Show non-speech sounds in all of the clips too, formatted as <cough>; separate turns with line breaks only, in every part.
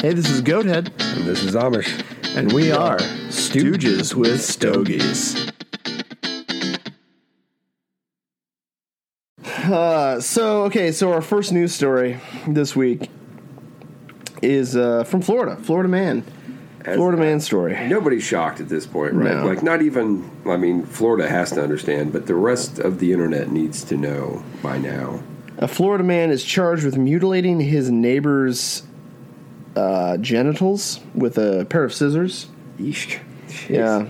Hey, this is Goathead,
And this is Amish.
and we are Stooges with Stogies. Uh, so, okay, so our first news story this week is uh, from Florida. Florida man. Florida man story.
Nobody's shocked at this point, right?
No.
Like, not even, I mean, Florida has to understand, but the rest of the internet needs to know by now.
A Florida man is charged with mutilating his neighbor's uh, genitals with a pair of scissors.
Yeesh.
Yeah.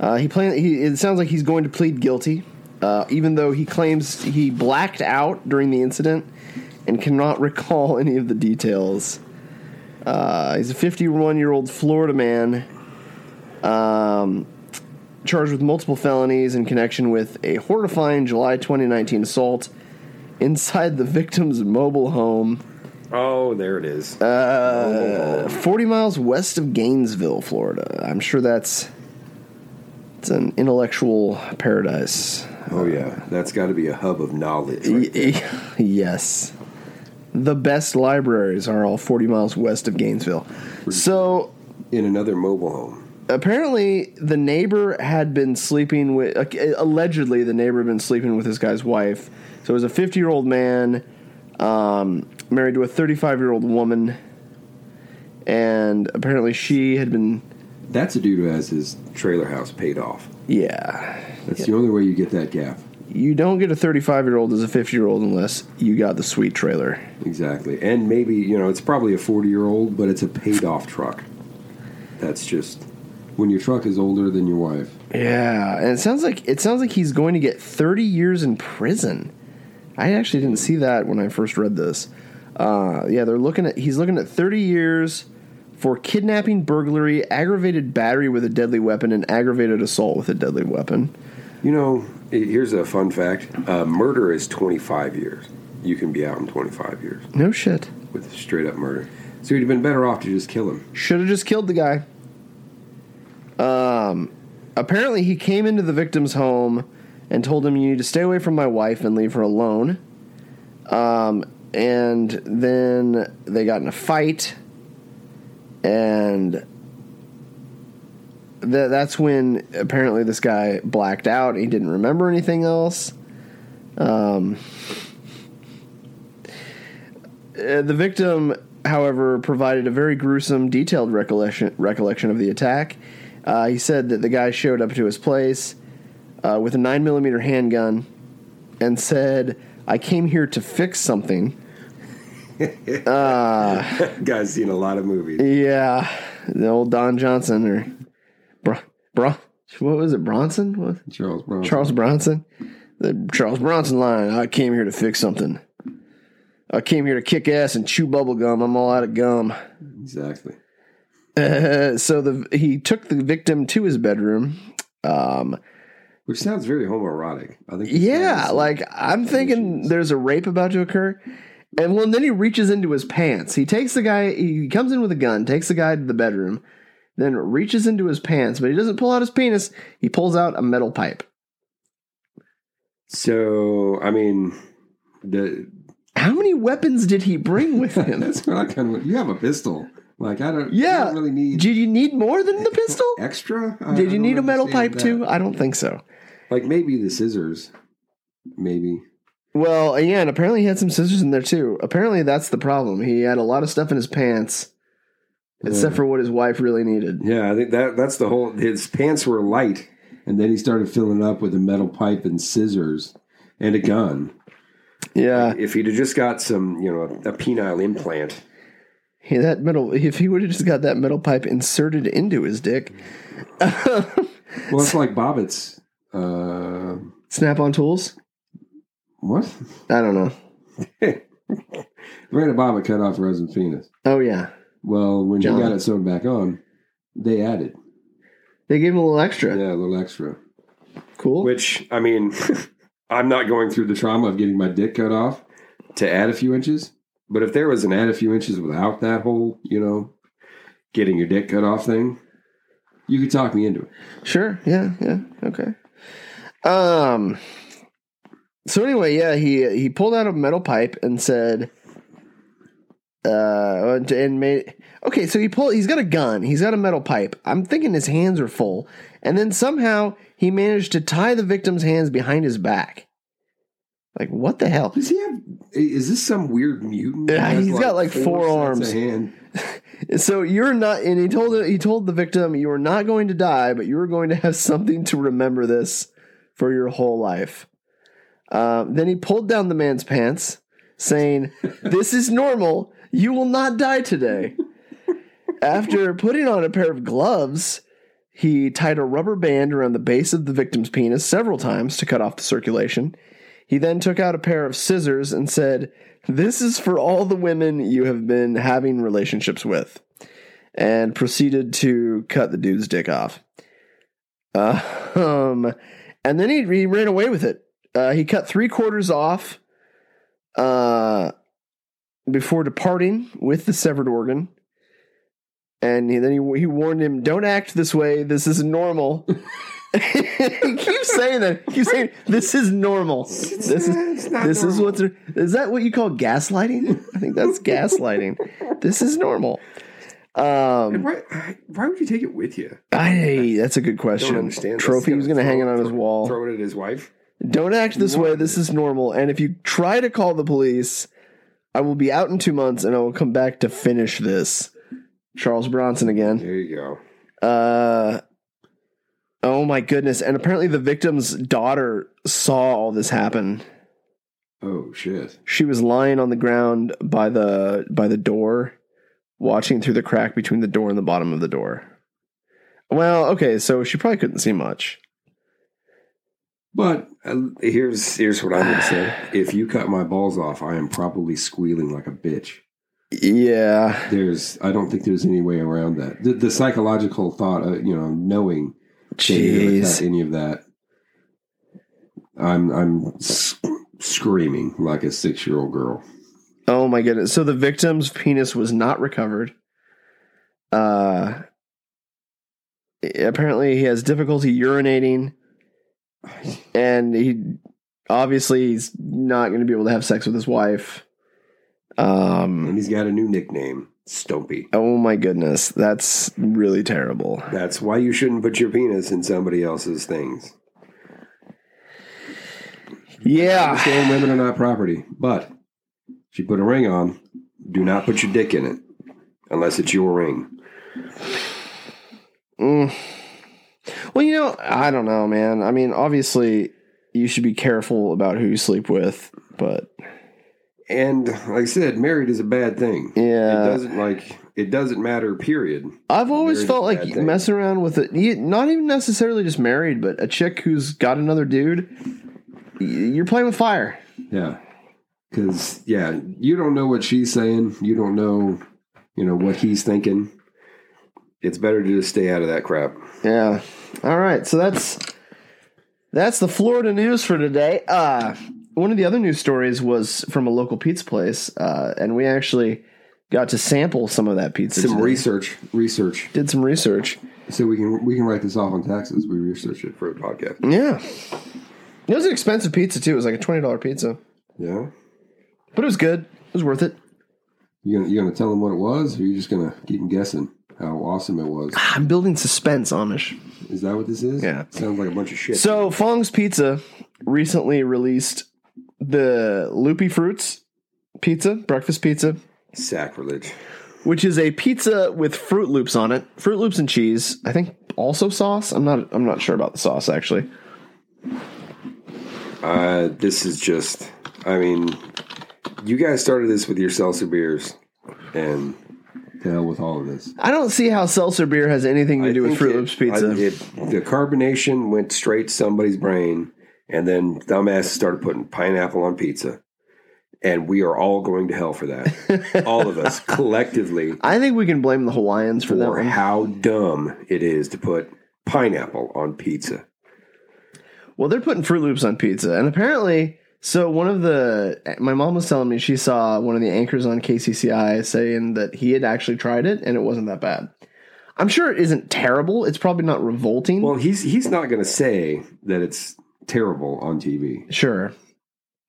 Uh, he plan. He, it sounds like he's going to plead guilty, uh, even though he claims he blacked out during the incident and cannot <laughs> recall any of the details. Uh, he's a 51 year old Florida man, um, charged with multiple felonies in connection with a horrifying July 2019 assault inside the victim's mobile home,
Oh, there it is.
Uh, 40 miles west of Gainesville, Florida. I'm sure that's it's an intellectual paradise.
oh, yeah. That's got to be a hub of knowledge. right?
<laughs> yes. The best libraries are all 40 miles west of Gainesville. So,
In another mobile home.
apparently the neighbor had been sleeping with uh, allegedly the neighbor had been sleeping with this guy's wife so it was a 50 year old man um, married to a 35 year old woman and apparently she had been
That's a dude who has his trailer house paid off.
yeah
That's the only way you get that gap.
you don't get a 35 year old as a 50 year old unless you got the sweet trailer
Exactly. And maybe, you know, it's probably a 40 year old, but it's a paid off truck. That's just when your truck is older than your wife.
yeah and it sounds like it sounds like he's going to get 30 years in prison i actually didn't see that when i first read this uh, yeah they're looking at he's looking at 30 years for kidnapping burglary aggravated battery with a deadly weapon and aggravated assault with a deadly weapon
You know, eh, here's a fun fact uh, murder is 25 years. You can be out in 25 years
no shit
with straight up murder. So you'd have been better off to just kill him. <laughs>
Should have just killed the guy. Um, apparently he came into the victim's home and told him, "You need to stay away from my wife and leave her alone." Um, and then they got in a fight, and th- that's when apparently this guy blacked out. He didn't remember anything else. Uh, the victim, however, provided a very gruesome, detailed recollection recollection of the attack. Uh, he said that the guy showed up to his place uh, with a nine millimeter handgun and said, "I came here to fix something."
Guy's seen a lot of movies.
Yeah, the old Don Johnson or Bron, Bron what was it? Bronson? What?
Charles Bronson.
Charles Bronson? The Charles Bronson line. I came here to fix something. I came here to kick ass and chew bubble gum. I'm all out of gum.
Exactly.
Uh, <laughs> so the he took the victim to his bedroom. Um,
Which sounds very homoerotic. I think.
yeah, like I'm thinking there's a rape about to occur. And well, and then he reaches into his pants. He takes the guy. He comes in with a gun, takes the guy to the bedroom, then reaches into his pants, but he doesn't pull out his penis. He pulls out a metal pipe.
So, I mean, the,
How many weapons did he bring with him?
<laughs> that's what I kind of. You have a pistol. Like, I don't.
Yeah.
I don't really need
Did you need more than the pistol?
extra. I- I
Did you
don't
need a metal
understand
pipe
that.
too? I don't think so.
Like, maybe the scissors. Maybe.
Well, yeah, and apparently he had some scissors in there too. Apparently that's the problem. He had a lot of stuff in his pants, except for what his wife really needed.
Yeah, I think that that's the whole. His pants were light, and then he started filling up with a metal pipe and scissors and a gun.
Yeah,
If he'd have just got some, you know, a penile implant,
he, that metal. If he would have just got that metal pipe inserted into his dick, <laughs>
well, it's like Bobbitt's. Uh,
snap-on tools.
what?
I don't know.
Brandon Bobbitt cut off resin penis.
Oh yeah,
Well, when
John.
he got it sewn back on, they added
they gave him a little extra.
yeah a little extra.
Cool.
Which I mean, <laughs> I'm not going through the trauma of getting my dick cut off to add a few inches. But if there was an add a few inches without that whole, you know, getting your dick cut off thing, you could talk me into it.
Sure. Yeah. Yeah. Okay. Um. So anyway, yeah, he he pulled out a metal pipe and said, uh, and made. Okay, so he pull. He's got a gun. He's got a metal pipe. I'm thinking his hands are full, and then somehow he managed to tie the victim's hands behind his back. Like what the hell?
Does he have? Is this some weird mutant? that
Yeah,
has,
he's got, like, four
sets of
arms.
hand?
So you're not, and he told he told the victim, you are not going to die, but you are going to have something to remember this for your whole life. Um, then he pulled down the man's pants, saying, "This is normal. You will not die today." After putting on a pair of gloves, he tied a rubber band around the base of the victim's penis several times to cut off the circulation. He then took out a pair of scissors and said, This is for all the women you have been having relationships with, and proceeded to cut the dude's dick off. Uh, um, and then he, he ran away with it. Uh, he cut three quarters off uh, before departing with the severed organ. And he, then he, he warned him, Don't act this way. This is normal. <laughs> he keeps saying that. He keeps saying, This is normal.
It's
This is
not- it's not
this is
normal.
what's is that what you call gaslighting? I think that's gaslighting. This is normal.
And
Um,
why, I- why would you take it with you?
I that's a good question.
Don't understand.
Trophy
This.
was going to hang it
Throw-
on his
throw-
wall.
Throw it at his wife.
Don't act this way.
What?
This is normal. And if you try to call the police, I will be out in two months, and I will come back to finish this. Charles Bronson again.
There you go.
Uh, oh my goodness! And apparently, the victim's daughter saw all this happen.
Oh shit.
she was lying on the ground by the by the door watching through the crack between the door and the bottom of the door well okay so she probably couldn't see much
But uh, here's here's what I'm going to say. If you cut my balls off, I am probably squealing like a bitch.
yeah
There's I don't think there's any way around that. The, the psychological thought, uh, you know, knowing that you're gonna cut
jeez
any of that, I'm I'm sc- screaming like a six year old girl. <sighs>
oh my goodness so the victim's penis was not recovered uh apparently he has difficulty urinating and he obviously he's not going to be able to have sex with his wife um
And he's got a new nickname, Stumpy.
Oh my goodness, that's really terrible.
That's why you shouldn't put your penis in somebody else's things. I
Yeah.
understand women are not property, but if you put a ring on, do not put your dick in it unless it's your ring.
Mm. Well, you know, I don't know, man. I mean, obviously, you should be careful about who you sleep with, but
And like I said, married is a bad thing. It
yeah,
doesn't like it doesn't matter. Period.
I've always
marriage
felt
is a
like
bad thing.
messing around with it. you- Not even necessarily just married, but a chick who's got another dude. y- You're playing with fire.
Yeah, because yeah, you don't know what she's saying. You don't know, you know what he's thinking. It's better to just stay out of that crap.
Yeah. All right. So that's that's the Florida news for today. Uh, one of the other news stories was from a local pizza place, uh, and we actually got to sample some of that pizza.
Some
today.
research, research,
Did some research.
so we can we can write this off on taxes. We researched it for a podcast.
Yeah. It was an expensive pizza too. It was like a twenty dollar pizza,
Yeah,
but it was good. It was worth it.
you gonna you gonna tell them what it was, or you just gonna keep them guessing how awesome it was?
Ah, I'm building suspense, Amish.
Is that what this is?
Yeah.
sounds like a bunch of shit.
So Fong's Pizza recently released the Loopy Fruits pizza, breakfast pizza,
Sacrilege.
which is a pizza with fruit loops on it fruit loops and cheese i think also sauce i'm not i'm not sure about the sauce actually
Uh, this is just. I mean, you guys started this with your seltzer beers, and to hell with all of this.
i don't see how seltzer beer has anything to do with
think
fruit
it-
loops pizza
I- it- the carbonation went straight to somebody's brain, and then dumbasses started putting pineapple on pizza. And we are all going to hell
<laughs>
for that. all of us collectively
i think we can blame the hawaiians for that
for
one.
how dumb it is to put pineapple on pizza.
well they're putting fruit loops on pizza and apparently so one of the my mom was telling me she saw one of the anchors on kcci saying that he had actually tried it and it wasn't that bad i'm sure it isn't terrible it's probably not revolting
Well, he's he's not going to say that it's terrible on TV,
sure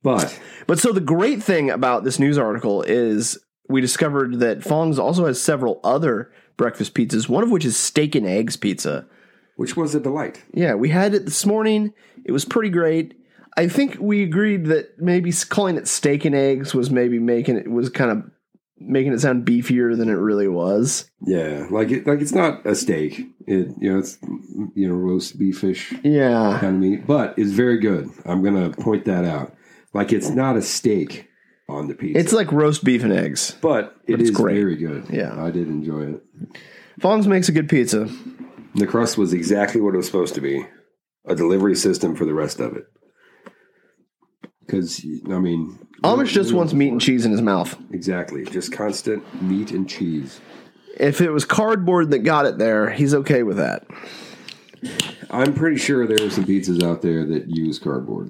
but
But so the great thing about this news article is we discovered that Fong's also has several other breakfast pizzas, one of which is steak and eggs pizza.
which was a delight.
Yeah, we had it this morning. It was pretty great. I think we agreed that maybe s- calling it steak and eggs was maybe making it was kind of making it sound beefier than it really was.
Yeah, like it, like it's not a steak. It you know it's you know roast beefish
Yeah.
kind of meat, but it's very good. I'm gonna point that out. Like it's not a steak on the pizza.
It's like roast beef and eggs.
but it
it's
is
great.
very good.
Yeah.
I did enjoy it.
Fong's makes a good pizza.
The crust was exactly what it was supposed to be. A delivery system for the rest of it. Because I mean,
Amish just wants meat and cheese in his mouth.
exactly just constant meat and cheese.
If it was cardboard that got it there, he's okay with that.
I'm pretty sure there are some pizzas out there that use cardboard,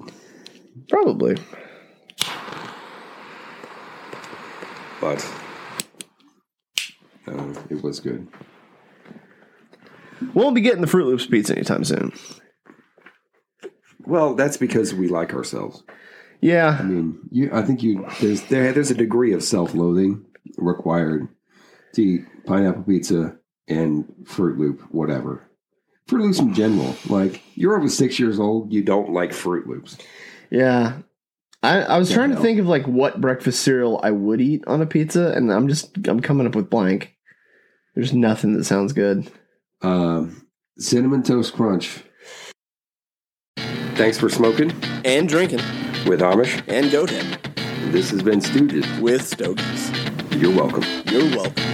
Probably.
but uh, it was good.
Won't be getting the Fruit Loops pizza anytime soon.
Well, that's because we like ourselves.
Yeah.
I mean, you, I think you there's there, there's a degree of self-loathing required to eat pineapple pizza and Fruit Loop, whatever. Fruit Loops in general, like you're over six years old, you don't like Fruit Loops.
Yeah. I, I was
Yeah,
trying to
no.
think of like what breakfast cereal I would eat on a pizza, and I'm just I'm coming up with blank. There's nothing that sounds good.
Um, cinnamon toast crunch. Thanks for smoking
and drinking
with Amish.
and goathead
This has been Stooges.
with Stogies.
You're welcome.
You're welcome.